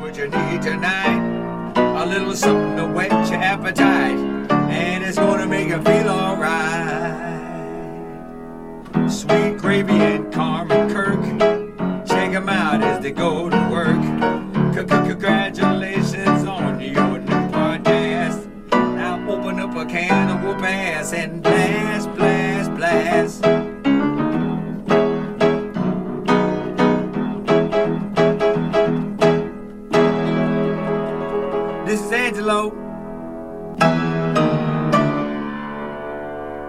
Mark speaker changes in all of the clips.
Speaker 1: what you need tonight. A little something to whet your appetite, and it's gonna make you feel alright. Sweet gravy and Carmen Kirk, check 'em out as they go to work. Congratulations on your new podcast. Now open up a can of whoop ass and blast, blast, blast. This is Angelo.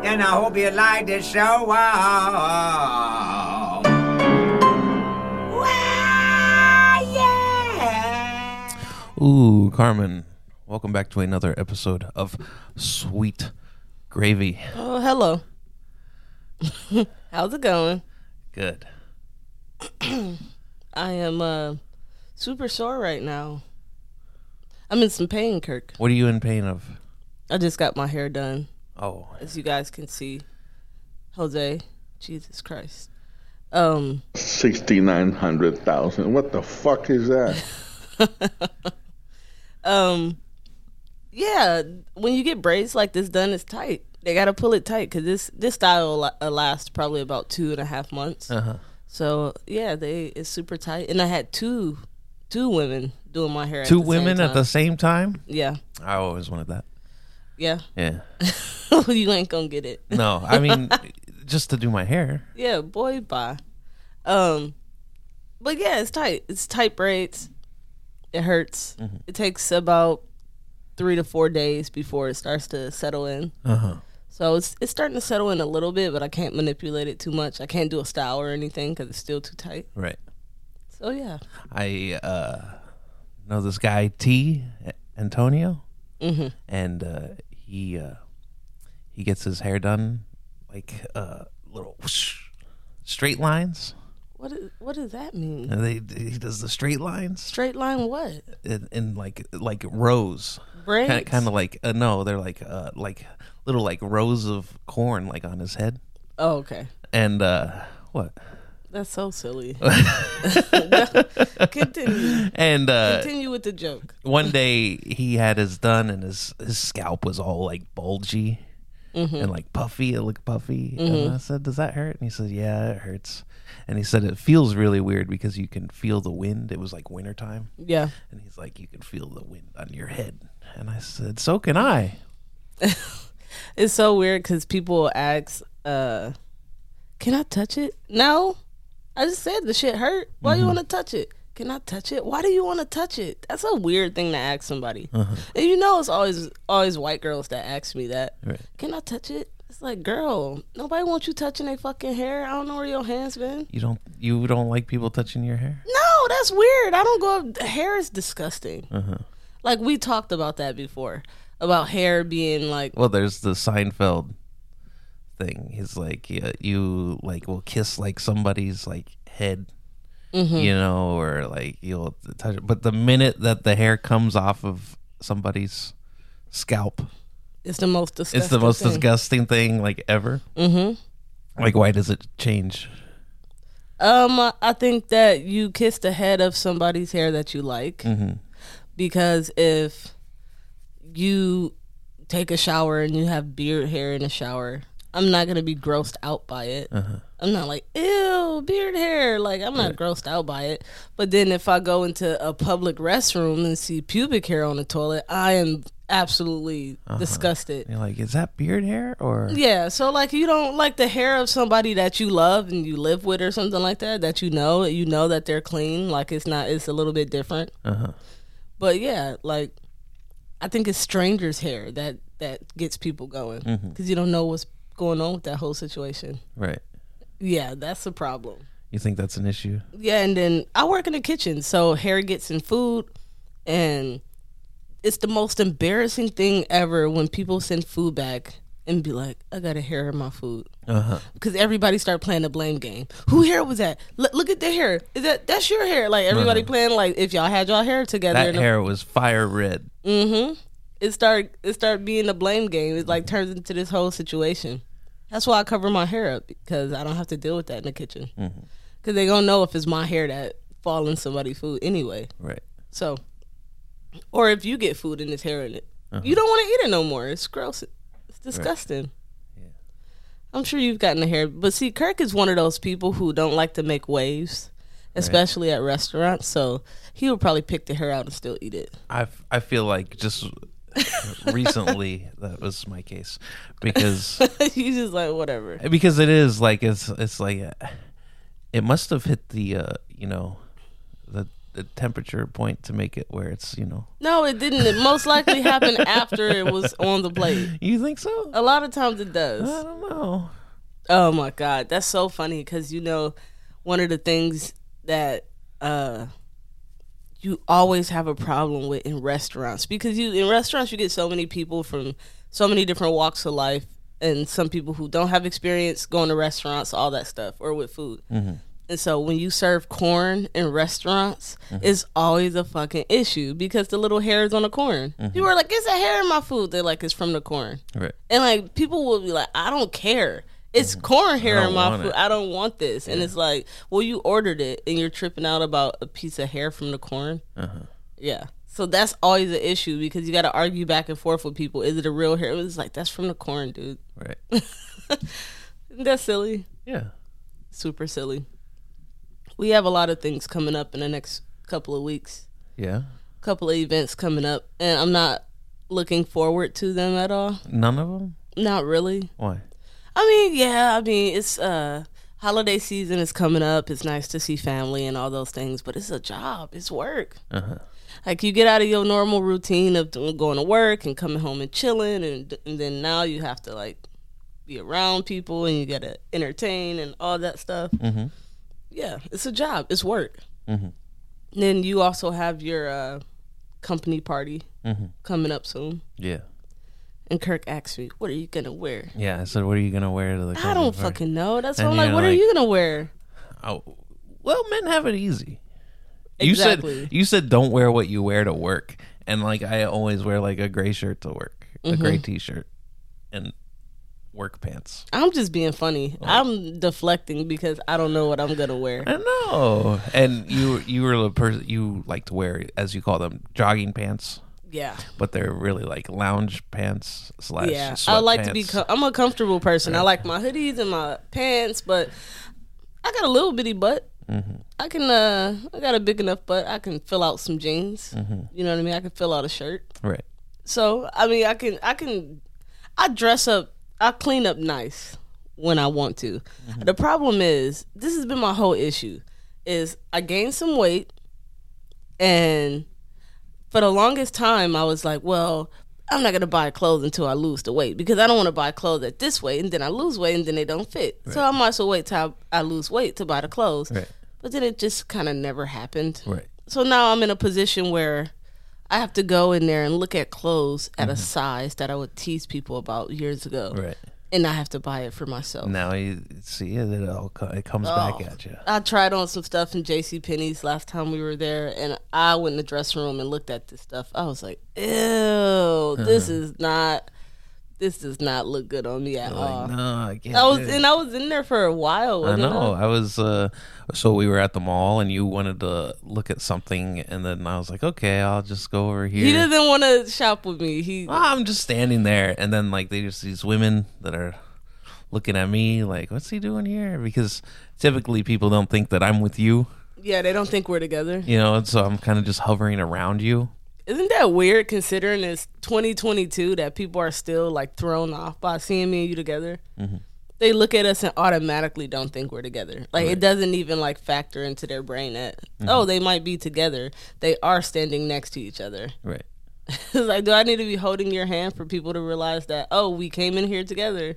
Speaker 1: And I hope you like the show. Wow. Wow, yeah.
Speaker 2: Ooh, Carmen, welcome back to another episode of Sweet Gravy.
Speaker 3: Oh, hello. How's it going?
Speaker 2: Good.
Speaker 3: I am uh, super sore right now. I'm in some pain, Kirk.
Speaker 2: What are you in pain of?
Speaker 3: I just got my hair done,
Speaker 2: Oh,
Speaker 3: as you guys can see. Jose, Jesus Christ. Um,
Speaker 4: 6,900,000. What the fuck is that?
Speaker 3: um, yeah. When you get braids like this done, it's tight. They gotta pull it tight because this this style will la- uh, last probably about two and a half months.
Speaker 2: Uh-huh.
Speaker 3: So yeah, they it's super tight. And I had two two women doing my hair.
Speaker 2: two
Speaker 3: at the
Speaker 2: women
Speaker 3: same
Speaker 2: at the
Speaker 3: time.
Speaker 2: same time?
Speaker 3: yeah
Speaker 2: I always wanted that.
Speaker 3: yeah.
Speaker 2: Yeah.
Speaker 3: you ain't gonna get it.
Speaker 2: No, I mean, just to do my hair.
Speaker 3: Yeah, boy, bye. Um, but yeah, it's tight. It's tight braids. It hurts. It takes about three to four days before it starts to settle in.
Speaker 2: Uh huh.
Speaker 3: So it's it's starting to settle in a little bit, but I can't manipulate it too much. I can't do a style or anything because it's still too tight.
Speaker 2: Right.
Speaker 3: So yeah,
Speaker 2: I uh, know this guy T Antonio,
Speaker 3: Mm-hmm.
Speaker 2: and uh, he uh, he gets his hair done like uh, little whoosh, straight lines.
Speaker 3: what is, what does that mean?
Speaker 2: And they, he does the straight lines
Speaker 3: Straight line what?
Speaker 2: in, in like like rows,
Speaker 3: Braids.
Speaker 2: kind of, kind of like uh, no, they're like uh, like little like rows of corn like on his head.
Speaker 3: Oh, okay.
Speaker 2: And uh, what?
Speaker 3: That's so silly. Continue.
Speaker 2: And uh,
Speaker 3: Continue with the joke.
Speaker 2: one day he had his done and his his scalp was all like bulgy and like puffy it looked puffy and i said does that hurt and he said yeah it hurts and he said it feels really weird because you can feel the wind it was like wintertime
Speaker 3: Yeah.
Speaker 2: and he's like you can feel the wind on your head and i said so can i
Speaker 3: It's so weird because people ask, uh, "Can I touch it?" Mm-hmm. No, I just said the shit hurt. Why do you want to touch it? Can I touch it? Why do you want to touch it? That's a weird thing to ask somebody. And you know, it's always always white girls that ask me that.
Speaker 2: Right.
Speaker 3: Can I touch it? It's like, girl, nobody wants you touching their fucking hair. I don't know where your hands been.
Speaker 2: you don't you don't like people touching your hair
Speaker 3: No, that's weird. I don't go. Hair is disgusting. Like we talked about that before about hair being like
Speaker 2: well there's the seinfeld thing he's like yeah, you like will kiss like somebody's like head you know or like you'll touch it but the minute that the hair comes off of somebody's scalp
Speaker 3: it's the most disgusting.
Speaker 2: it's the most
Speaker 3: thing.
Speaker 2: disgusting thing like ever mm-hmm. like why does it change
Speaker 3: Um, I think that you kiss the head of somebody's hair that you like, because if you take a shower and you have beard hair in the shower, I'm not gonna be grossed out by it. I'm not like ew beard hair. Like I'm not grossed out by it. But then if I go into a public restroom and see pubic hair on the toilet, I am absolutely disgusted.
Speaker 2: you're like is that beard hair or
Speaker 3: Yeah, so like you don't like the hair of somebody that you love and you live with or something like that that you know you know that they're clean like it's not it's a little bit different. But yeah, like I think it's strangers' hair that that gets people going because you don't know what's going on with that whole situation.
Speaker 2: right
Speaker 3: Yeah, that's the problem.
Speaker 2: you think that's an issue
Speaker 3: Yeah, and then I work in the kitchen, so hair gets in food, and it's the most embarrassing thing ever when people send food back and be like, "I got a hair in my food."
Speaker 2: uh-huh
Speaker 3: because everybody start playing the blame game. Who hair was that? L- look at their hair. Is that that's your hair? Like everybody playing like if y'all had y'all hair together.
Speaker 2: Uh-huh. that
Speaker 3: and
Speaker 2: hair was fire red
Speaker 3: It start it start being a blame game. It like turns into this whole situation. That's why I cover my hair up because I don't have to deal with that in the kitchen. Because they gonna know if it's my hair that fall in somebody's food anyway.
Speaker 2: right
Speaker 3: So Or if you get food and it's hair in it, you don't want to eat it no more. It's gross. It's disgusting. I'm sure you've gotten a hair, but see, Kirk is one of those people who don't like to make waves, especially at restaurants. So he would probably pick the hair out and still eat it.
Speaker 2: I I feel like just recently that was my case because
Speaker 3: He's just like whatever.
Speaker 2: because it is like it's it's like uh, it must have hit the uh, you know the, the temperature point to make it where it's you know
Speaker 3: No, it didn't. It most likely happened after it was on the plate.
Speaker 2: you think so
Speaker 3: A lot of times it
Speaker 2: I
Speaker 3: does.
Speaker 2: don't know
Speaker 3: Oh my god, that's so funny because you know, one of the things that uh you always have a problem with in restaurants because you in restaurants you get so many people from so many different walks of life and some people who don't have experience going to restaurants, all that stuff, or with food. And so when you serve corn in restaurants, it's always a fucking issue because the little hair is on the corn. You are like, it's a hair in my food. They're like, it's from the corn.
Speaker 2: right
Speaker 3: And like people will be like, I don't care. It's corn hair
Speaker 2: Mm. don't
Speaker 3: in my
Speaker 2: want
Speaker 3: food.
Speaker 2: it.
Speaker 3: I don't want this. And it's like, well, you ordered it and you're tripping out about a piece of hair from the corn.
Speaker 2: Uh-huh.
Speaker 3: Yeah. So that's always an issue because you got to argue back and forth with people. Is it a real hair? It's like, that's from the corn, dude.
Speaker 2: right
Speaker 3: Isn't that silly?
Speaker 2: yeah
Speaker 3: Super silly. We have a lot of things coming up in the next couple of weeks,
Speaker 2: yeah
Speaker 3: couple of events coming up. And I'm not looking forward to them at all.
Speaker 2: none of them
Speaker 3: Not really.
Speaker 2: why
Speaker 3: I mean, yeah, I mean, it's uh holiday season is coming up. It's nice to see family and all those things, but it's a job. It's work. Like you get out of your normal routine of doing, going to work and coming home and chilling and, and then now you have to like be around people and you got to entertain and all that stuff. Yeah, it's a job. It's work. Then you also have your uh company party coming up soon.
Speaker 2: yeah
Speaker 3: And Kirk asked me, "What are you going to wear?"
Speaker 2: yeah I said what are you gonna wear to the
Speaker 3: I don't
Speaker 2: conference party?"
Speaker 3: fucking know. That's why
Speaker 2: And
Speaker 3: I'm like,
Speaker 2: you're
Speaker 3: what are
Speaker 2: like-
Speaker 3: you gonna wear?
Speaker 2: oh well men have it easy you
Speaker 3: Exactly.
Speaker 2: said you said don't wear what you wear to work and like I always wear like a gray shirt to work a
Speaker 3: Mm-hmm.
Speaker 2: gray t-shirt and work pants
Speaker 3: I'm just being funny.
Speaker 2: Oh.
Speaker 3: I'm deflecting because I don't know what I'm gonna wear.
Speaker 2: I know. And you you were the person you like to wear, as you call them, jogging pants,
Speaker 3: Yeah,
Speaker 2: but they're really like lounge pants slash.
Speaker 3: yeah. I like to be.
Speaker 2: sweatpants.
Speaker 3: Com- I'm a comfortable person. I like my hoodies and my pants, but I got a little bitty butt.
Speaker 2: Mm-hmm.
Speaker 3: I can. uh I got a big enough butt. I can fill out some jeans.
Speaker 2: Mm-hmm.
Speaker 3: You know what I mean? I can fill out a shirt.
Speaker 2: right.
Speaker 3: So I mean, I can. I can. I dress up. I clean up nice when I want to. The problem is, this has been my whole issue. Is I gained some weight, and for the longest time, I was like, well. I'm not gonna buy clothes until I lose the weight because I don't want to buy clothes at this weight and then I lose weight and then they don't fit. So I might as well wait till I, I lose weight to buy the clothes.
Speaker 2: Right.
Speaker 3: But then it just kind of never happened
Speaker 2: Right.
Speaker 3: so now I'm in a position where I have to go in there and look at clothes at a size that I would tease people about years ago,
Speaker 2: Mm-hmm. Right. Mm,
Speaker 3: and I have to buy it for myself.
Speaker 2: Now you see it, it all co- it comes back
Speaker 3: Oh.
Speaker 2: at you.
Speaker 3: I tried on some stuff in J.C. Penney's last time we were there, and I went in the dressing room and looked at this stuff. I was like, "Ew,
Speaker 2: Uh-huh.
Speaker 3: this is not, this does not look good on me at all."
Speaker 2: Like, no, I can't.
Speaker 3: I was
Speaker 2: do it.
Speaker 3: and I was in there for a while.
Speaker 2: I
Speaker 3: wasn't
Speaker 2: know. I was. Uh, so we were at the mall, and you wanted to look at something, and then I was like, "Okay, I'll just go over here."
Speaker 3: He doesn't want to shop with me. He
Speaker 2: I'm just standing there, and then like they just these women that are looking at me like, "What's he doing here?" Because typically people don't think that I'm with you,
Speaker 3: yeah, they don't think we're together.
Speaker 2: you know. And so I'm kind of just hovering around you.
Speaker 3: Isn't that weird considering it's 2022 that people are still like thrown off by seeing me and you together? They look at us and automatically don't think we're together. Like it doesn't even like factor into their brain that oh they might be together. They are standing next to each other.
Speaker 2: Right.
Speaker 3: it's like do I need to be holding your hand for people to realize that oh we came in here together?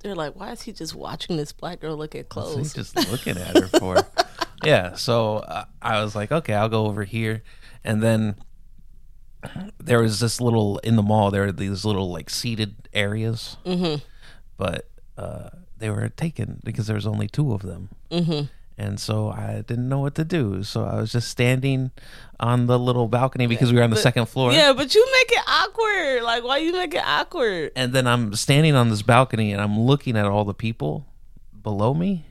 Speaker 3: They're like why is he just watching this black girl look at
Speaker 2: So he's
Speaker 3: clothes?
Speaker 2: just looking at her for. yeah. So uh, I was like, okay, I'll go over here, and then there was this little in the mall. There were these little like seated areas, mm-hmm. but uh, they were taken because there was only two of them. Mm-hmm. And so I didn't know what to do. So I was just standing on the little balcony because we were on the second floor.
Speaker 3: yeah, but you make it awkward. Like why you make it awkward?
Speaker 2: and then I'm standing on this balcony and I'm looking at all the people
Speaker 3: Mm-hmm.
Speaker 2: below me,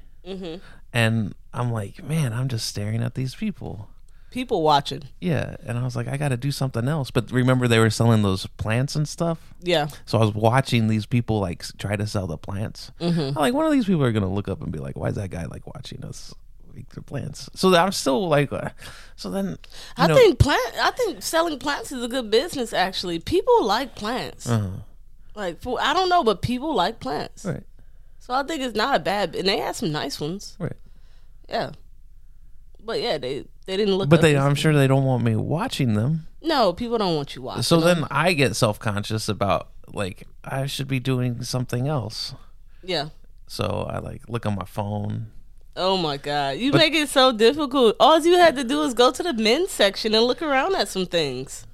Speaker 2: and I'm like, man, I'm just staring at these people,
Speaker 3: People watching.
Speaker 2: Yeah, and I was like, I got to do something else. But remember, they were selling those plants and stuff.
Speaker 3: Yeah.
Speaker 2: So I was watching these people like s- try to sell the plants.
Speaker 3: Mm-hmm.
Speaker 2: I'm like, one of these people are gonna look up and be like, "Why is that guy like watching us eat the plants?" So I'm still like, uh, so then you
Speaker 3: I
Speaker 2: know,
Speaker 3: think plant. I think selling plants is a good business. Actually, people like plants. Like for, I don't know, but people like plants.
Speaker 2: Uh-huh. right,
Speaker 3: So I think it's not a bad. And they had some nice ones.
Speaker 2: right.
Speaker 3: Yeah. But yeah, they they didn't look.
Speaker 2: But
Speaker 3: up
Speaker 2: they,
Speaker 3: as-
Speaker 2: I'm sure they don't want me watching them.
Speaker 3: no people don't want you watching.
Speaker 2: So then I get self conscious about like I should be doing something else.
Speaker 3: yeah.
Speaker 2: So I like look on my phone.
Speaker 3: Oh my god, you make it so difficult. All you had to do is go to the men's section and look around at some things.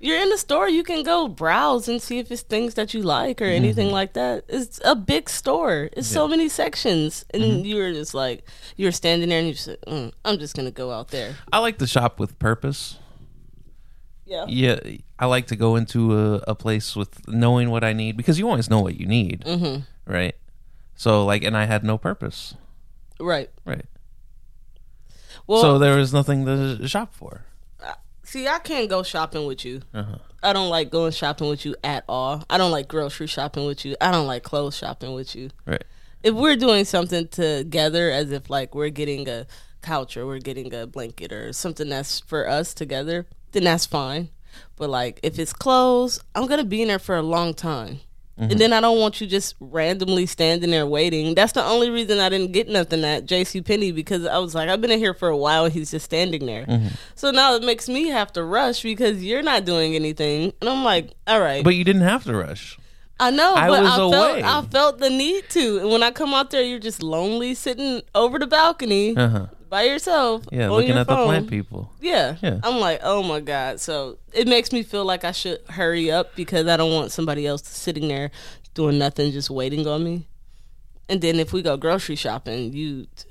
Speaker 3: You're in the store, you can go browse and see if it's things that you like or anything like that. It's a big store. It's so many sections, and you're just like you're standing there and you just like, mm, I'm just gonna go out there.
Speaker 2: I like to shop with purpose.
Speaker 3: Yeah.
Speaker 2: Yeah, I like to go into a, a place with knowing what I need because you always know what you need, mm-hmm. right? So like, and I had no purpose,
Speaker 3: Right.
Speaker 2: right?
Speaker 3: Well,
Speaker 2: so there was nothing to shop for.
Speaker 3: see, I can't go shopping with you. I don't like going shopping with you at all. I don't like grocery shopping with you. I don't like clothes shopping with you.
Speaker 2: Right.
Speaker 3: if we're doing something together as if like we're getting a couch or we're getting a blanket or something that's for us together then that's fine but like if it's clothes i'm gonna be in there for a long time and then i don't want you just randomly standing there waiting that's the only reason i didn't get nothing at jc Penney because i was like i've been in here for a while and he's just standing there so now it makes me have to rush because you're not doing anything and i'm like all right
Speaker 2: But you didn't have to rush.
Speaker 3: I know,
Speaker 2: I
Speaker 3: but
Speaker 2: was
Speaker 3: I
Speaker 2: away.
Speaker 3: felt I felt the need to. And when I come out there, you're just lonely, sitting over the balcony
Speaker 2: Uh huh.
Speaker 3: by yourself.
Speaker 2: Yeah,
Speaker 3: on
Speaker 2: looking
Speaker 3: your
Speaker 2: at the
Speaker 3: phone.
Speaker 2: plant people.
Speaker 3: Yeah.
Speaker 2: Yeah.
Speaker 3: I'm like, oh my god. So it makes me feel like I should hurry up because I don't want somebody else sitting there doing nothing, just waiting on me. And then if we go grocery shopping, you t-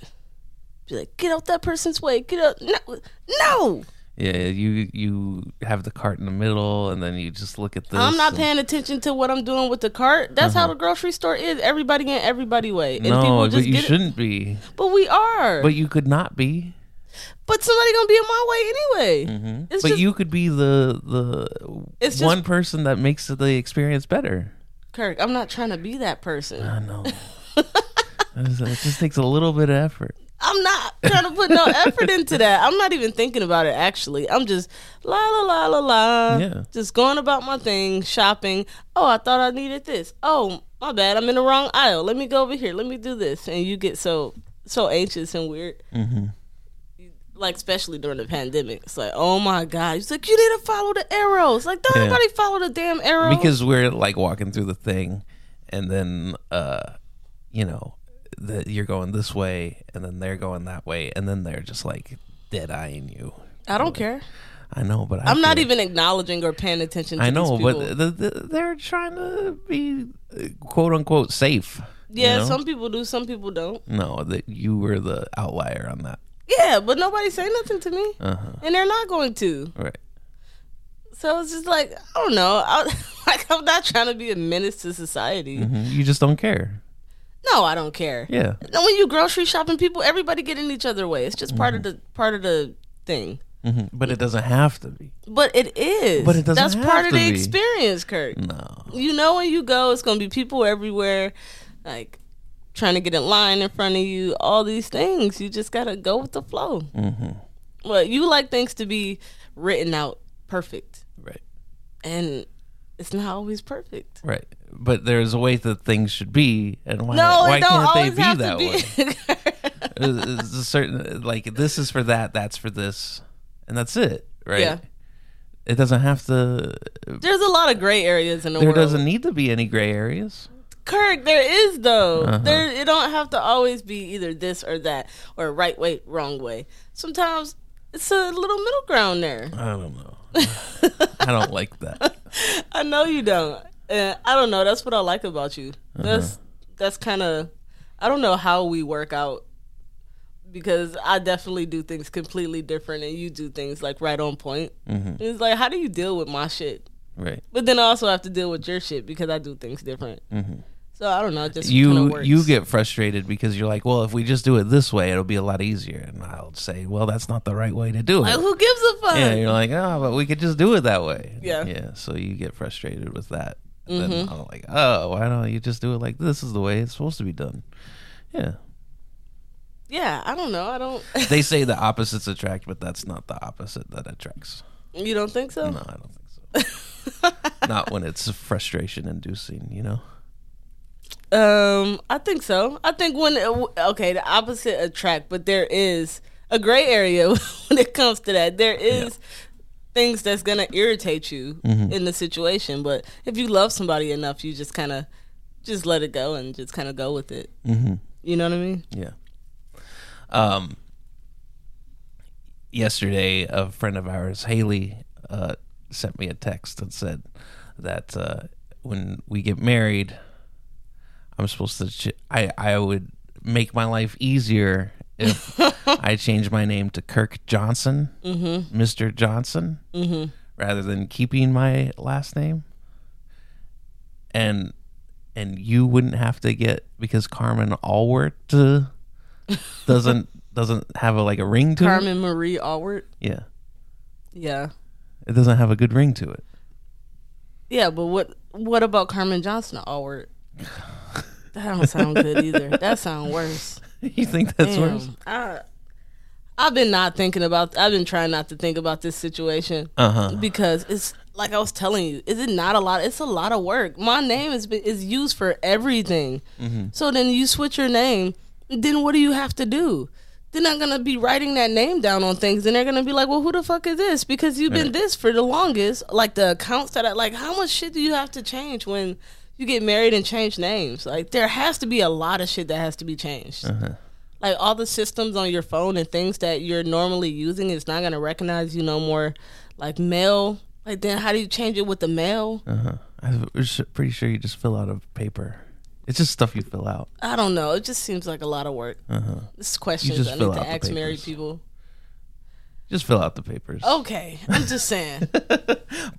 Speaker 3: be like, get out that person's way. Get out. No, no.
Speaker 2: Yeah, you you have the cart in the middle, and then you just look at this.
Speaker 3: I'm not
Speaker 2: and-
Speaker 3: paying attention to what I'm doing with the cart. That's how the grocery store is. Everybody in everybody way, and
Speaker 2: Uh-huh. No,
Speaker 3: people just
Speaker 2: but you
Speaker 3: get it.
Speaker 2: shouldn't be.
Speaker 3: But we are.
Speaker 2: But
Speaker 3: But,
Speaker 2: you could not be.
Speaker 3: somebody gonna be in my way anyway. It's
Speaker 2: Mm-hmm. but
Speaker 3: just
Speaker 2: you could be the the
Speaker 3: It's just-
Speaker 2: one person that makes the experience better.
Speaker 3: Kirk. I'm not trying to be that person.
Speaker 2: I know. it just takes a little bit of effort.
Speaker 3: I'm not trying to put no effort into that. I'm not even thinking about it. Actually, I'm just la la la la la.
Speaker 2: Yeah.
Speaker 3: Just going about my thing, shopping. Oh, I thought I needed this. Oh, my bad. I'm in the wrong aisle. Let me go over here. Let me do this. And you get so so anxious and weird.
Speaker 2: Mm-hmm.
Speaker 3: like especially during the pandemic. It's like, oh my god, it's like you didn't follow the arrows. Like, don't
Speaker 2: Yeah.
Speaker 3: nobody follow the damn arrows.
Speaker 2: Because we're like walking through the thing and then uh you know, the, you're going this way and then they're going that way and then they're just like dead eyeing you.
Speaker 3: I don't care.
Speaker 2: I know, but I
Speaker 3: I'm not
Speaker 2: do.
Speaker 3: even acknowledging or paying attention. to
Speaker 2: I know,
Speaker 3: these people.
Speaker 2: but the, the, they're trying to be uh, quote unquote safe. you
Speaker 3: yeah,
Speaker 2: know?
Speaker 3: some people do, some people don't.
Speaker 2: no, that you were the outlier on that.
Speaker 3: Yeah, but nobody say nothing to me,
Speaker 2: Uh-huh.
Speaker 3: and they're not going to.
Speaker 2: Right.
Speaker 3: So it's just like I don't know. I, like I'm not trying to be a menace to society.
Speaker 2: Mhm. You just don't care. Mm-hmm.
Speaker 3: No, I don't care.
Speaker 2: Yeah.
Speaker 3: No, when you grocery shopping, people, everybody get in each other way. It's just part
Speaker 2: Mm-hmm.
Speaker 3: of the part of the thing.
Speaker 2: Mhm. But it doesn't have to be.
Speaker 3: But it is.
Speaker 2: But it doesn't
Speaker 3: That's
Speaker 2: have
Speaker 3: part of
Speaker 2: to
Speaker 3: the
Speaker 2: be. Mm.
Speaker 3: experience, Kirk.
Speaker 2: No.
Speaker 3: you know when you go it's gonna be people everywhere like trying to get in line in front of you all these things you just gotta go with the flow mm-hmm. well you like things to be written out perfect
Speaker 2: Right.
Speaker 3: and it's not always perfect
Speaker 2: Right. But there's a way that things should be, and why,
Speaker 3: no
Speaker 2: why
Speaker 3: it don't
Speaker 2: can't they
Speaker 3: always
Speaker 2: be
Speaker 3: have
Speaker 2: that way?
Speaker 3: to be
Speaker 2: There's- there's a certain like this is for that, that's for this, and that's it, right?
Speaker 3: Yeah.
Speaker 2: It doesn't have to.
Speaker 3: there's a lot of gray areas in the
Speaker 2: There
Speaker 3: world
Speaker 2: doesn't need to be any gray areas.
Speaker 3: Kirk, there is though.
Speaker 2: Uh-huh.
Speaker 3: There, it don't have to always be either this or that or right way, wrong way. Sometimes it's a little middle ground there.
Speaker 2: I don't know. I don't like that.
Speaker 3: I know you don't. And I don't know. That's what I like about you.
Speaker 2: Uh-huh.
Speaker 3: That's that's kind of. I don't know how we work out because I definitely do things completely different, and you do things like right on point.
Speaker 2: Mm-hmm.
Speaker 3: It's like, how do you deal with my shit?
Speaker 2: Right.
Speaker 3: But then I also have to deal with your shit because I do things different. So I don't know. It just kinda
Speaker 2: Mm-hmm. you
Speaker 3: works.
Speaker 2: you get frustrated because you're like, well, if we just do it this way, it'll be a lot easier. And I'll say, well, that's not the right way to do
Speaker 3: like,
Speaker 2: it.
Speaker 3: who gives a fuck?
Speaker 2: Yeah, and you're like, oh, but we could just do it that way.
Speaker 3: Yeah. Mm-hmm.
Speaker 2: yeah. So you get frustrated with that. And Then I'm like, oh, why don't you just do it like this? Is the way it's supposed to be done. Yeah.
Speaker 3: yeah, I don't know. I don't.
Speaker 2: They say the opposites attract, but that's not the opposite that attracts.
Speaker 3: you don't think so?
Speaker 2: No, I don't think so. not when it's frustration inducing, you know?
Speaker 3: Um, I think so. I think when uh, okay, the opposite attract, but there is a gray area when it comes to that. There is things that's gonna irritate you in the situation, but if you love somebody enough, you just kind of just let it go and just kind of go with it. Mm-hmm. You know what I mean?
Speaker 2: Yeah. Um. Yesterday, a friend of ours, Haley, uh, sent me a text and said that uh, when we get married, I'm supposed to. Ch- I I would make my life easier if I change my name to Kirk Johnson, Mister Johnson, rather than keeping my last name. And and you wouldn't have to get because Carmen Allward uh, doesn't doesn't have a, like a ring to it.
Speaker 3: Carmen Marie Allward.
Speaker 2: Yeah,
Speaker 3: Yeah,
Speaker 2: it doesn't have a good ring to it.
Speaker 3: yeah. But what what about Carmen Johnson Allward? That don't sound good either. That sound worse.
Speaker 2: you think that's
Speaker 3: Damn.
Speaker 2: worse?
Speaker 3: I, I've been not thinking about. I've been trying not to think about this situation
Speaker 2: Uh huh.
Speaker 3: because it's like I was telling you. Is it not a lot? It's a lot of work. My name is is used for everything. So then you switch your name. Then what do you have to do? They're not gonna be writing that name down on things, and they're gonna be like, "Well, who the fuck is this?" Because you've been this for the longest. Like the accounts that, I, like, how much shit do you have to change when you get married and change names? Like, there has to be a lot of shit that has to be changed like all the systems on your phone and things that you're normally using is not going to recognize you no more like mail like then how do you change it with the mail
Speaker 2: Uh-huh. I'm s- pretty sure you just fill out a paper. It's just stuff you fill out.
Speaker 3: i don't know it just seems like a lot of work this is
Speaker 2: Uh-huh. You
Speaker 3: questions
Speaker 2: just
Speaker 3: i
Speaker 2: fill
Speaker 3: need
Speaker 2: out
Speaker 3: to
Speaker 2: the
Speaker 3: ask married
Speaker 2: papers.
Speaker 3: people
Speaker 2: Just fill out the papers.
Speaker 3: okay i'm just saying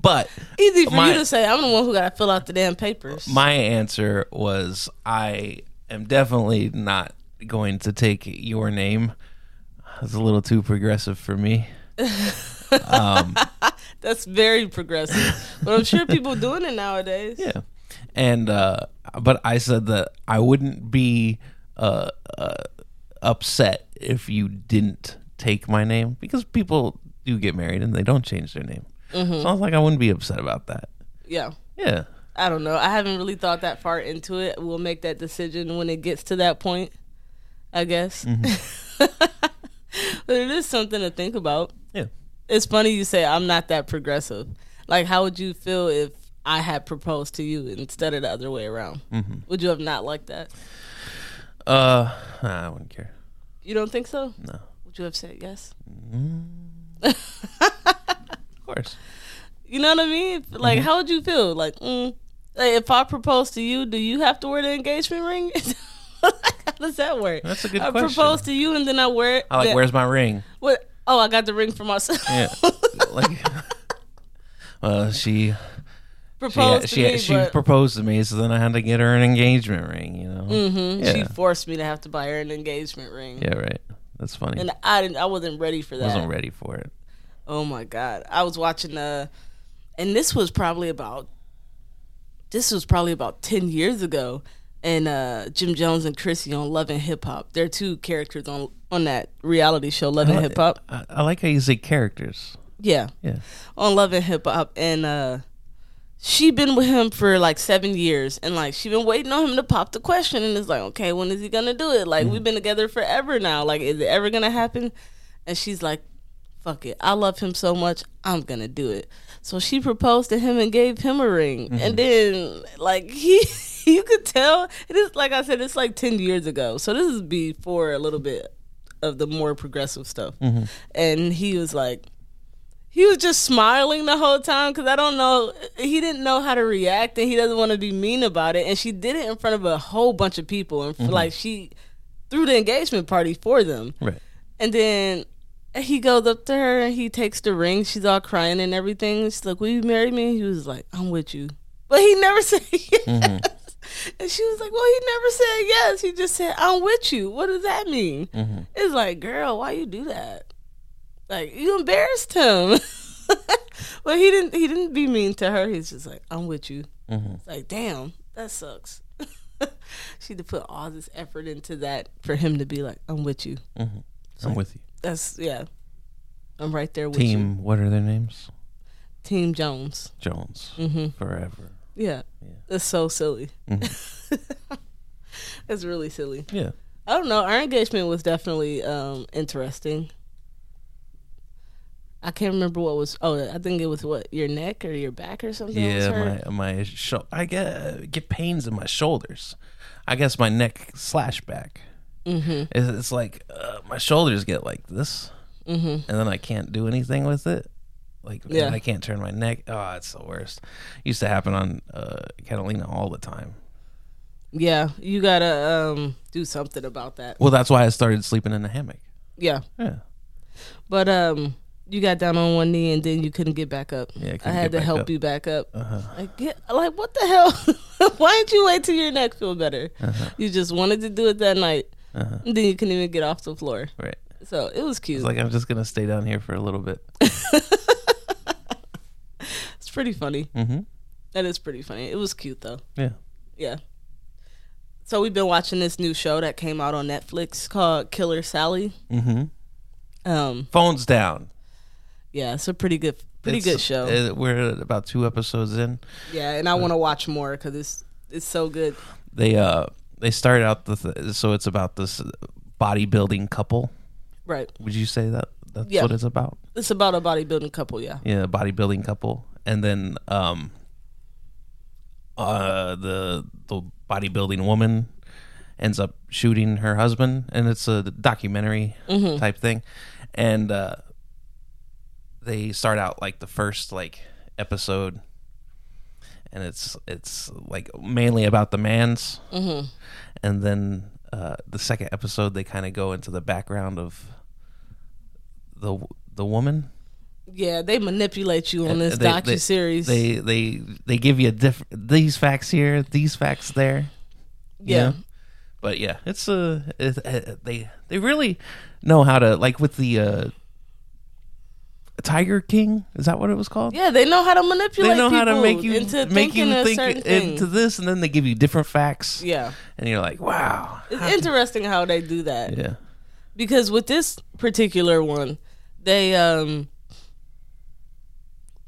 Speaker 2: But
Speaker 3: easy for
Speaker 2: My-
Speaker 3: you to say i'm the one who got to fill out the damn papers
Speaker 2: my answer was I am definitely not going to take your name. It's a little too progressive for me.
Speaker 3: that's very progressive but i'm sure people doing it nowadays
Speaker 2: Yeah. And uh but I said that I wouldn't be uh, uh upset if you didn't take my name because people do get married and they don't change their name.
Speaker 3: Mm-hmm.
Speaker 2: So I was like I wouldn't be upset about that.
Speaker 3: yeah
Speaker 2: Yeah.
Speaker 3: I don't know. I haven't really thought that far into it. We'll make that decision when it gets to that point, I guess. but it is something to think about.
Speaker 2: Yeah.
Speaker 3: It's funny you say I'm not that progressive. Like, how would you feel if I had proposed to you instead of the other way around? Would you have not liked that?
Speaker 2: Uh nah, I wouldn't care.
Speaker 3: You don't think so?
Speaker 2: No.
Speaker 3: Would you have said yes?
Speaker 2: Of course.
Speaker 3: You know what I mean? Like,
Speaker 2: Mm-hmm.
Speaker 3: how would you feel? Like, mm, like, if I propose to you, do you have to wear the engagement ring? how does that work?
Speaker 2: That's a good
Speaker 3: I
Speaker 2: question.
Speaker 3: propose to you and then I wear it.
Speaker 2: I like
Speaker 3: then-
Speaker 2: where's my ring?
Speaker 3: What? Oh, I got the ring for myself.
Speaker 2: Yeah. like Well, she
Speaker 3: proposed
Speaker 2: she
Speaker 3: to
Speaker 2: she,
Speaker 3: me,
Speaker 2: she
Speaker 3: but
Speaker 2: proposed to me, so then I had to get her an engagement ring, you know.
Speaker 3: mm,
Speaker 2: Yeah.
Speaker 3: she forced me to have to buy her an engagement ring,
Speaker 2: yeah, right. That's funny.
Speaker 3: and I didn't. I wasn't ready for that.
Speaker 2: wasn't ready for it.
Speaker 3: Oh my god! I was watching uh and this was probably about this was probably about ten years ago, and uh Jim Jones and Chrissy on Love and Hip Hop. They're two characters on on that reality show, Love and
Speaker 2: like-
Speaker 3: Hip Hop.
Speaker 2: I, I like how you say characters.
Speaker 3: Yeah,
Speaker 2: Yeah.
Speaker 3: on Love and Hip Hop, and uh, she been with him for like seven years, and like she been waiting on him to pop the question, and it's like, okay, when is he gonna do it? Like we've been together forever now, like is it ever gonna happen? And she's like, fuck it, I love him so much, I'm gonna do it. So she proposed to him and gave him a ring, and then like he. You could tell it is like I said, it's like ten years ago. So this is before a little bit of the more progressive stuff. And he was like, he was just smiling the whole time because I don't know. He didn't know how to react, and he doesn't want to be mean about it. And she did it in front of a whole bunch of people, and like she threw the engagement party for them.
Speaker 2: Right.
Speaker 3: And then he goes up to her and he takes the ring. She's all crying and everything. She's like, "Will you marry me?" He was like, "I'm with you," but he never said yes. And she was like, "Well, he never said yes. He just said I'm with you. What does that mean?" It's like, girl, why you do that? Like you embarrassed him. but he didn't. He didn't be mean to her. He's just like, "I'm with you." It's like, damn, that sucks. she had to put all this effort into that for him to be like, "I'm with you."
Speaker 2: I'm with you.
Speaker 3: That's yeah. I'm right there with you.
Speaker 2: Team, what are their names? Mm-hmm.
Speaker 3: Team Jones.
Speaker 2: Jones. Forever.
Speaker 3: Yeah. It's so silly.
Speaker 2: Mm-hmm.
Speaker 3: it's really silly.
Speaker 2: Yeah.
Speaker 3: I don't know. Our engagement was definitely um, interesting. I can't remember what was. Oh, I think it was what your neck or your back or something. was hurt.
Speaker 2: Yeah, my my sho- I get get pains in my shoulders. I guess my neck slash back. Mm-hmm. It's, it's like uh, my shoulders get like this, mm-hmm. and then I can't do anything with it. Like
Speaker 3: Yeah.
Speaker 2: yeah. I can't turn my neck. Oh, it's the worst. Used to happen on uh, Catalina all the time.
Speaker 3: yeah. You gotta um, do something about that.
Speaker 2: Well, that's why I started sleeping in the hammock.
Speaker 3: Yeah,
Speaker 2: Yeah,
Speaker 3: but um, you got down on one knee and then you couldn't get back up.
Speaker 2: Yeah, I
Speaker 3: I
Speaker 2: couldn't
Speaker 3: had
Speaker 2: get
Speaker 3: to
Speaker 2: back
Speaker 3: help
Speaker 2: up. Uh-huh.
Speaker 3: you back up. Like, get, like what the hell? Why didn't you wait till your neck feel better?
Speaker 2: Uh-huh.
Speaker 3: You just wanted to do it that night. And then you couldn't even get off the floor.
Speaker 2: right.
Speaker 3: So it was cute.
Speaker 2: Uh-huh. It's like I'm just gonna stay down here for a little bit.
Speaker 3: It's pretty funny.
Speaker 2: Mhm.
Speaker 3: That is pretty funny. It was cute though.
Speaker 2: Yeah.
Speaker 3: Yeah. So we've been watching this new show that came out on Netflix called Killer Sally.
Speaker 2: Mm-hmm.
Speaker 3: Um,
Speaker 2: Phones down.
Speaker 3: yeah, it's a pretty good, pretty
Speaker 2: It's-
Speaker 3: good show.
Speaker 2: uh, we're about two episodes in.
Speaker 3: yeah, and
Speaker 2: Uh-huh.
Speaker 3: I want to watch more because it's it's so good.
Speaker 2: they uh they started out the th- so it's about this bodybuilding couple.
Speaker 3: Right.
Speaker 2: Would you say that that's
Speaker 3: Yeah.
Speaker 2: what it's about?
Speaker 3: It's about a bodybuilding couple. Yeah.
Speaker 2: Yeah, bodybuilding couple, and then um uh the the bodybuilding woman ends up shooting her husband, and it's a documentary type thing, and uh, they start out like the first like episode. And it's it's like mainly about the man's and then uh, the second episode they kind of go into the background of the the woman.
Speaker 3: Yeah, they manipulate you on this
Speaker 2: They- they-
Speaker 3: docu series.
Speaker 2: They they they give you diff- these facts here, these facts there. you
Speaker 3: Yeah.
Speaker 2: know? But yeah, it's uh, it, uh, they they really know how to like with the uh, Tiger King. Is that what it was called?
Speaker 3: Yeah, they know how to manipulate.
Speaker 2: They know how to
Speaker 3: people
Speaker 2: make you
Speaker 3: into
Speaker 2: make
Speaker 3: thinking
Speaker 2: you
Speaker 3: a
Speaker 2: think
Speaker 3: certain
Speaker 2: into
Speaker 3: thing.
Speaker 2: this, and then they give you different facts.
Speaker 3: yeah,
Speaker 2: and you're like, wow,
Speaker 3: it's interesting how they do that.
Speaker 2: yeah,
Speaker 3: because with this particular one, they um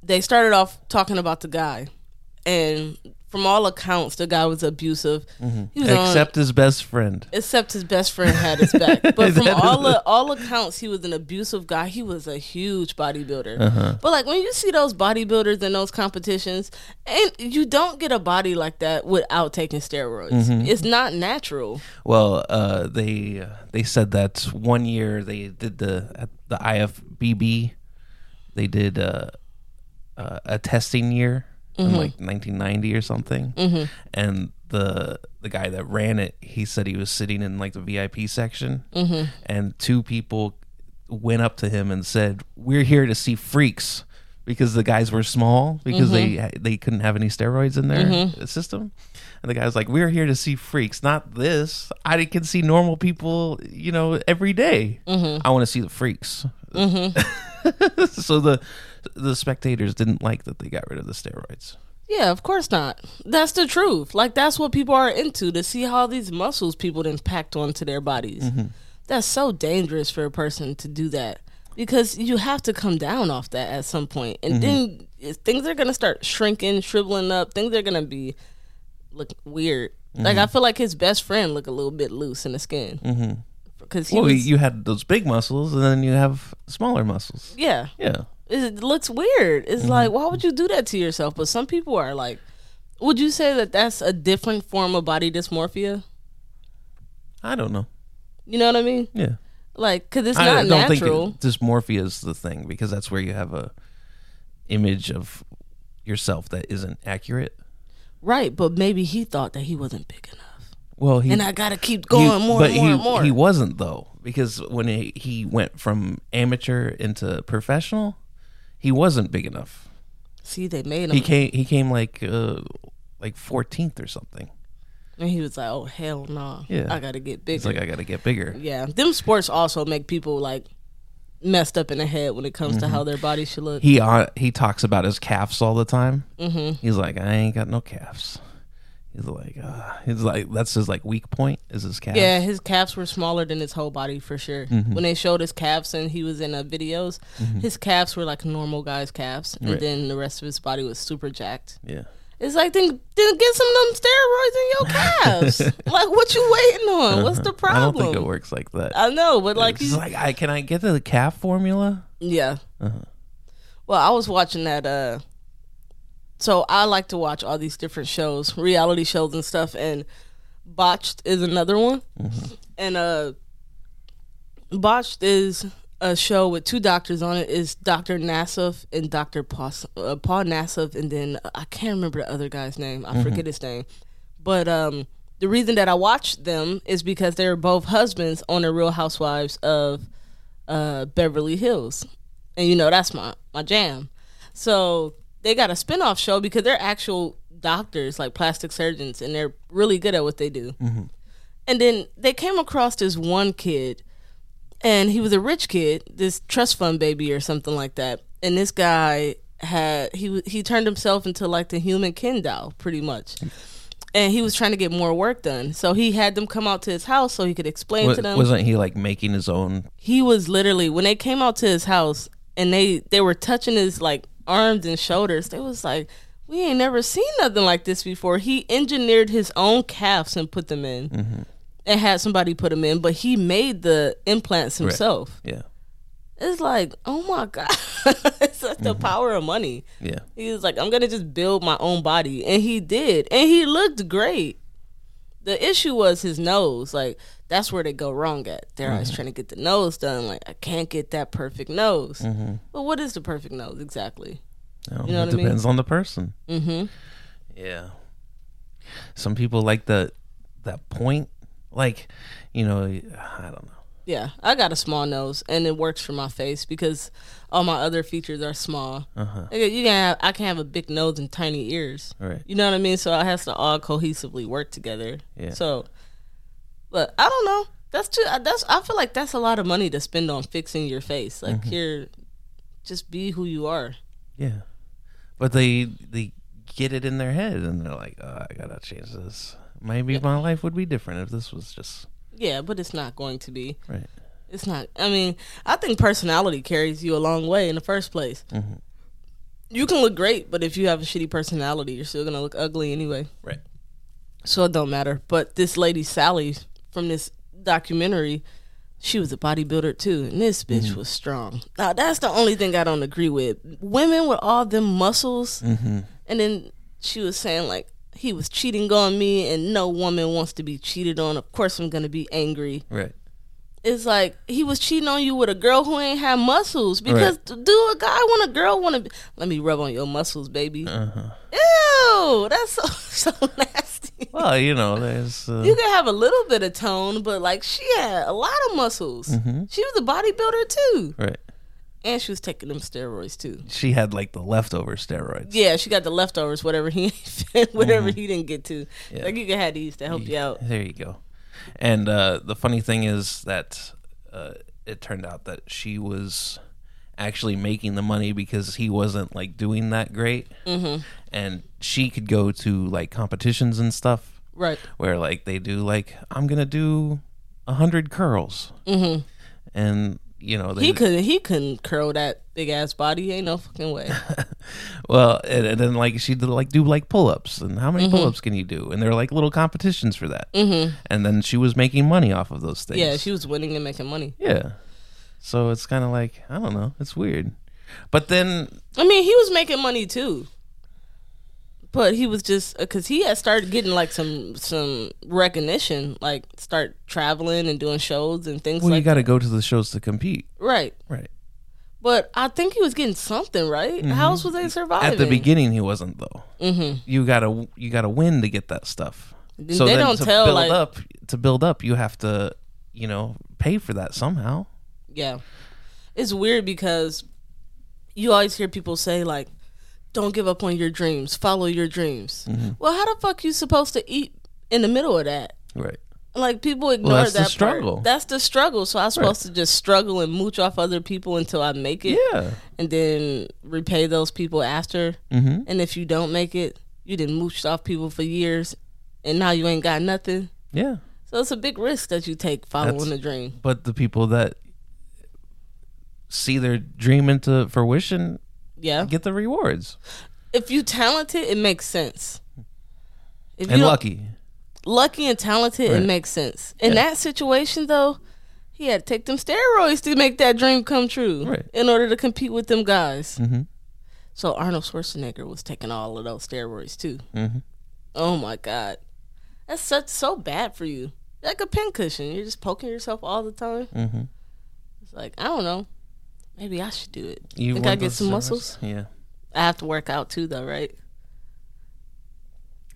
Speaker 3: they started off talking about the guy, and from all accounts, the guy was abusive. He was on-
Speaker 2: Mm-hmm. except his best friend.
Speaker 3: except his best friend had his back. But from
Speaker 2: That is
Speaker 3: all
Speaker 2: a-
Speaker 3: all accounts, he was an abusive guy. He was a huge bodybuilder.
Speaker 2: Uh-huh.
Speaker 3: But like when you see those bodybuilders in those competitions, and you don't get a body like that without taking steroids.
Speaker 2: Mm-hmm.
Speaker 3: It's not natural.
Speaker 2: Well, uh, they they said that one year they did the at the IFBB, they did uh, uh, a testing year in like 1990 or something, and the the guy that ran it, he said he was sitting in like the VIP section, and two people went up to him and said, "We're here to see freaks." Because the guys were small, because they they couldn't have any steroids in their system, and the guy was like, "We're here to see freaks, not this. I can see normal people, you know, every day. I want to see the freaks." so the the spectators didn't like that they got rid of the steroids.
Speaker 3: Yeah, of course not. That's the truth. Like that's what people are into to see how these muscles people then packed onto their bodies.
Speaker 2: Mm-hmm.
Speaker 3: That's so dangerous for a person to do that because you have to come down off that at some point,
Speaker 2: Mm-hmm.
Speaker 3: and then if things are gonna start shrinking, shriveling up. Things are gonna be look weird.
Speaker 2: Mm-hmm.
Speaker 3: Like I feel like his best friend looked a little bit loose in the skin because he
Speaker 2: well,
Speaker 3: was,
Speaker 2: you had those big muscles, and then you have smaller muscles.
Speaker 3: yeah
Speaker 2: Yeah,
Speaker 3: it looks weird. It's
Speaker 2: Mm-hmm.
Speaker 3: like, why would you do that to yourself? But some people are like, would you say that that's a different form of body dysmorphia?
Speaker 2: I don't know.
Speaker 3: You know what I mean?
Speaker 2: Yeah,
Speaker 3: Like, cause it's
Speaker 2: I
Speaker 3: not
Speaker 2: don't
Speaker 3: natural.
Speaker 2: think it, dysmorphia is the thing because that's where you have a image of yourself that isn't accurate.
Speaker 3: right. But maybe he thought that he wasn't big enough.
Speaker 2: Well, he
Speaker 3: And I gotta keep going
Speaker 2: You-
Speaker 3: more
Speaker 2: but
Speaker 3: and more
Speaker 2: he,
Speaker 3: and more.
Speaker 2: He wasn't though, because when he, he went from amateur into professional, he wasn't big enough.
Speaker 3: See, they made him.
Speaker 2: He came he came like uh, like 14th or something.
Speaker 3: And he was like, "Oh hell no!
Speaker 2: Yeah.
Speaker 3: I gotta get bigger."
Speaker 2: It's like I got to get bigger.
Speaker 3: yeah, them sports also make people like messed up in the head when it comes
Speaker 2: Mm-hmm.
Speaker 3: to how their body should look.
Speaker 2: He uh, he talks about his calves all the time. Mm-hmm. He's like, I ain't got no calves. He's like, uh, he's like, that's his like weak point is his calves.
Speaker 3: Yeah, his calves were smaller than his whole body for sure.
Speaker 2: Mm-hmm.
Speaker 3: When they showed his calves and he was in uh, videos, his calves were like normal guy's calves, and
Speaker 2: Right.
Speaker 3: then the rest of his body was super jacked.
Speaker 2: yeah.
Speaker 3: It's like then, then get some of them steroids in your calves. like what you waiting on? What's the
Speaker 2: Uh-huh. I
Speaker 3: problem? Uh,
Speaker 2: don't think it works like that.
Speaker 3: I know, but like,
Speaker 2: He's
Speaker 3: you-
Speaker 2: like, Uh-huh. I can I get the calf formula?
Speaker 3: yeah. Well, I was watching that. uh So I like to watch all these different shows, reality shows and stuff, and Botched is another one.
Speaker 2: Mm-hmm.
Speaker 3: And uh Botched is a show with two doctors on it. Is Doctor Nassif and Doctor Paul, uh, Paul Nassif, and then uh, I can't remember the other guy's name. I forget his name. But um, the reason that I watched them is because they're both husbands on the Real Housewives of uh, Beverly Hills, and you know that's my my jam. So they got a spinoff show because they're actual doctors, like plastic surgeons, and they're really good at what they do. And then they came across this one kid, and he was a rich kid, this trust fund baby or something like that. And this guy had he w- he turned himself into like the human Ken doll, pretty much. And he was trying to get more work done, so he had them come out to his house so he could explain
Speaker 2: Wa-
Speaker 3: to them
Speaker 2: wasn't he like making his own?
Speaker 3: he was literally when they came out to his house and they they were touching his like arms and shoulders they was like we ain't never seen nothing like this before he engineered his own calves and put them in and had somebody put them in but he made the implants himself
Speaker 2: Yeah,
Speaker 3: it's like oh my god it's like the power of money
Speaker 2: yeah.
Speaker 3: he was like, I'm gonna just build my own body, and he did, and he looked great. The issue was his nose. Like that's where they go wrong at. They're always trying to get the nose done. Like I can't get that perfect nose. But what is the perfect nose exactly?
Speaker 2: No,
Speaker 3: know
Speaker 2: it
Speaker 3: what I mean?
Speaker 2: depends on the person. Mm-hmm. Yeah. Some people like the that point, like you know, I don't know.
Speaker 3: Yeah, I got a small nose, and it works for my face because all my other features are small. Like, You can have, I can have a big nose and tiny ears.
Speaker 2: Right.
Speaker 3: You know what I mean? So it has to all cohesively work together.
Speaker 2: Yeah.
Speaker 3: So, but I don't know. That's too. I- That's I feel like that's a lot of money to spend on fixing your face. Like you're, just be who you are.
Speaker 2: Yeah, but they they get it in their head, and they're like, oh, I gotta change this. Maybe my life would be different if this was just
Speaker 3: Yeah, but it's not going to be.
Speaker 2: right.
Speaker 3: It's not. I mean, I think personality carries you a long way in the first place. You can look great, but if you have a shitty personality, you're still gonna look ugly anyway.
Speaker 2: Right.
Speaker 3: So it don't matter. But this lady Sally from this documentary, she was a bodybuilder too, and this bitch was strong. Now that's the only thing I don't agree with. Women with all them muscles, and then she was saying like he was cheating on me, and no woman wants to be cheated on. Of course, I'm gonna be angry
Speaker 2: Right.
Speaker 3: it's like he was cheating on you with a girl who ain't had muscles because d do a guy want a girl want to let me rub on your muscles baby ew that's so, so nasty
Speaker 2: Well, you know, there's uh,
Speaker 3: you can have a little bit of tone but like she had a lot of muscles she was a bodybuilder too
Speaker 2: right.
Speaker 3: and she was taking them steroids too
Speaker 2: She had like the leftover steroids.
Speaker 3: yeah she got the leftovers whatever he whatever he didn't get to like you can have these to help you out
Speaker 2: There you go. And uh, the funny thing is that uh, it turned out that she was actually making the money because he wasn't like doing that great, mm-hmm. and she could go to like competitions and stuff
Speaker 3: right
Speaker 2: where like they do like I'm gonna do a hundred curls, mm-hmm. and you know they,
Speaker 3: he couldn't he couldn't curl that big ass body ain't no fucking way
Speaker 2: Well, and, and then like she did like do like pull ups and how many
Speaker 3: Mm-hmm.
Speaker 2: pull ups can you do? And there are like little competitions for that. Mm-hmm. And then she was making money off of those things.
Speaker 3: yeah she was winning and making money
Speaker 2: Yeah. So it's kind of like I don't know. It's weird. But then
Speaker 3: I mean, he was making money too, but he was just because he had started getting like some some recognition, like start traveling and doing shows and things
Speaker 2: well, you
Speaker 3: like
Speaker 2: got to go to the shows to compete,
Speaker 3: right.
Speaker 2: right?
Speaker 3: But I think he was getting something right. How else was they surviving?
Speaker 2: Mm-hmm. At the beginning, he wasn't though. Mm-hmm. You gotta you gotta win to get that stuff. So
Speaker 3: they
Speaker 2: then
Speaker 3: don't
Speaker 2: to
Speaker 3: tell,
Speaker 2: build
Speaker 3: like-
Speaker 2: up to build up, you have to you know pay for that somehow.
Speaker 3: yeah, it's weird because you always hear people say like,
Speaker 2: Mm-hmm.
Speaker 3: "Don't give up on your dreams. Follow your dreams." Well, how the fuck you supposed to eat in the middle of that.
Speaker 2: Right.
Speaker 3: Like people ignore
Speaker 2: that's the
Speaker 3: that part.
Speaker 2: struggle.
Speaker 3: That's the struggle. So I'm supposed to just struggle and mooch off other people until I make it,
Speaker 2: Yeah.
Speaker 3: and then repay those people after. Mm-hmm. And if you don't make it, you didn't mooch off people for years, and now you ain't got nothing.
Speaker 2: Yeah.
Speaker 3: So it's a big risk that you take following
Speaker 2: That's-
Speaker 3: a dream.
Speaker 2: But the people that see their dream into fruition
Speaker 3: Yeah.
Speaker 2: get the rewards
Speaker 3: if you talented, it makes sense. If
Speaker 2: and
Speaker 3: you don't-
Speaker 2: lucky.
Speaker 3: lucky and talented,
Speaker 2: Right.
Speaker 3: it makes sense. In that situation, though, he had to take them steroids to make that dream come true
Speaker 2: Right. Mm-hmm.
Speaker 3: in order to compete with them guys. So Arnold Schwarzenegger was taking all of those steroids too.
Speaker 2: Mm-hmm.
Speaker 3: Oh my god, that's such so bad for you. Like a pincushion, you're just poking yourself all the time.
Speaker 2: Mm-hmm.
Speaker 3: It's like I don't know. Maybe I should do it.
Speaker 2: You
Speaker 3: think
Speaker 2: want
Speaker 3: I get
Speaker 2: those
Speaker 3: some
Speaker 2: steroids?
Speaker 3: muscles?
Speaker 2: Yeah.
Speaker 3: I have to work out too, though, right?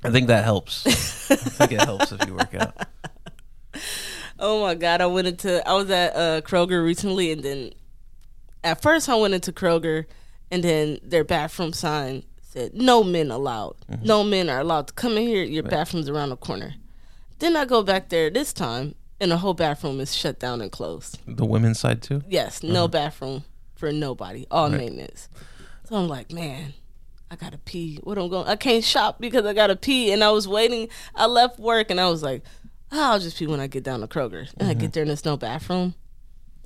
Speaker 2: I think that helps. I think it helps if you work out.
Speaker 3: Oh my god, I went into I was at uh, Kroger recently and then at first I went into Kroger and then their bathroom sign said no men allowed. No men are allowed to come in here. Your bathroom's around the corner. Then I go back there this time and the whole bathroom is shut down and closed.
Speaker 2: The women's side too.
Speaker 3: Yes, no bathroom for nobody. All maintenance. So I'm like, man, I gotta pee. What I'm going? I can't shop because I gotta pee. And I was waiting. I left work and I was like, "Ah, I'll just pee when I get down to Kroger. And I get there and there's no bathroom.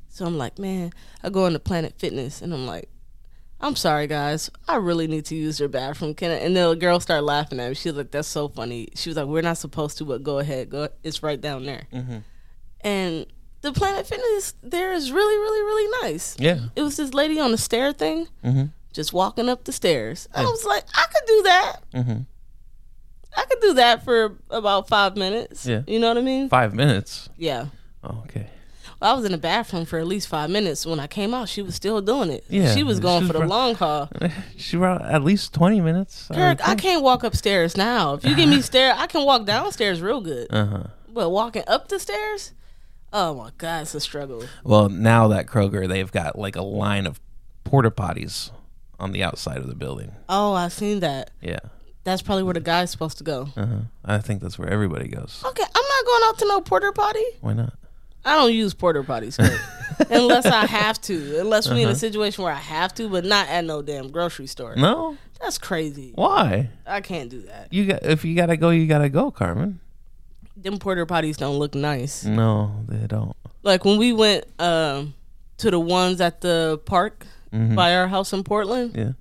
Speaker 3: So I'm like, man, I go into Planet Fitness and I'm like. I'm sorry, guys. I really need to use your bathroom. Can I? And the girl started laughing at me. She was like, "That's so funny." She was like, "We're not supposed to, but go ahead. Go. It's right down there." And the Planet Fitness there is really, really, really nice.
Speaker 2: Yeah.
Speaker 3: It was this lady on the stair thing, just walking up the stairs. I was like, I could do that.
Speaker 2: Mm-hmm.
Speaker 3: I could do that for about five minutes.
Speaker 2: Yeah.
Speaker 3: You know what I mean?
Speaker 2: Five minutes.
Speaker 3: Yeah.
Speaker 2: Oh, okay.
Speaker 3: Well, I was in the bathroom for at least five minutes. When I came out, she was still doing it.
Speaker 2: Yeah,
Speaker 3: She was going
Speaker 2: she's
Speaker 3: for the
Speaker 2: pro-
Speaker 3: long haul.
Speaker 2: She wrote at least twenty minutes.
Speaker 3: Kirk, I can't walk upstairs now. If you give me stair, I can walk downstairs real good.
Speaker 2: Uh huh.
Speaker 3: But walking up the stairs, oh my God, it's a struggle.
Speaker 2: Well, now that Kroger, they've got like a line of porta potties on the outside of the building.
Speaker 3: Oh, I've seen that.
Speaker 2: Yeah.
Speaker 3: That's probably where the guy's supposed to go.
Speaker 2: Uh-huh. I think that's where everybody goes.
Speaker 3: Okay, I'm not going out to no porter potty.
Speaker 2: Why not?
Speaker 3: I don't use porter potties Kirk. unless I have to. Unless we in a situation where I have to, but not at no damn grocery store.
Speaker 2: No.
Speaker 3: That's crazy.
Speaker 2: Why?
Speaker 3: I can't do that.
Speaker 2: You got if you gotta go, you gotta go, Carmen.
Speaker 3: Them porter potties don't look nice.
Speaker 2: No, they don't.
Speaker 3: Like when we went um, to the ones at the park by our house in Portland,
Speaker 2: Yeah.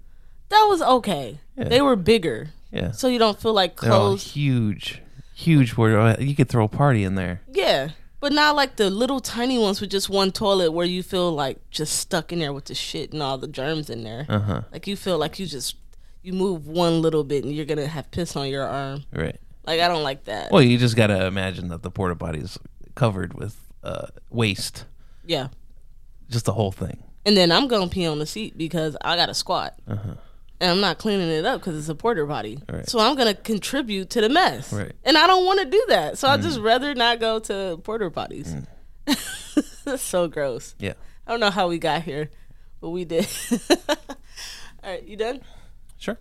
Speaker 3: that was okay.
Speaker 2: Yeah.
Speaker 3: They were bigger,
Speaker 2: Yeah.
Speaker 3: so you don't feel like
Speaker 2: They're all
Speaker 3: clothes.
Speaker 2: huge, huge. Where you could throw a party in there.
Speaker 3: Yeah. But not like the little tiny ones with just one toilet where you feel like just stuck in there with the shit and all the germs in there.
Speaker 2: Uh-huh.
Speaker 3: Like you feel like you just you move one little bit and you're gonna have piss on your arm.
Speaker 2: Right.
Speaker 3: Like I don't like that.
Speaker 2: Well, you just gotta imagine that the porta potty's covered with uh, waste,
Speaker 3: Yeah.
Speaker 2: just the whole thing.
Speaker 3: And then I'm gonna pee on the seat because I got to squat. And I'm not cleaning it up because it's a porter potty.
Speaker 2: Uh-huh. Right.
Speaker 3: So I'm gonna contribute to the mess.
Speaker 2: Right. Mm.
Speaker 3: And I don't want to do that. So I'd just rather not go to porter potties.
Speaker 2: Mm.
Speaker 3: That's so gross.
Speaker 2: Yeah.
Speaker 3: I don't know how we got here, but we did. All right, you done?
Speaker 2: Sure.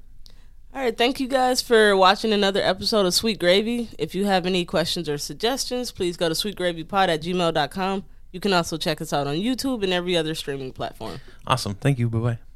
Speaker 3: All right, thank you guys for watching another episode of Sweet Gravy. If you have any questions or suggestions, please go to sweetgravypod at gmail.com. You can also check us out on YouTube and every other streaming platform.
Speaker 2: Awesome. Thank you. Bye bye.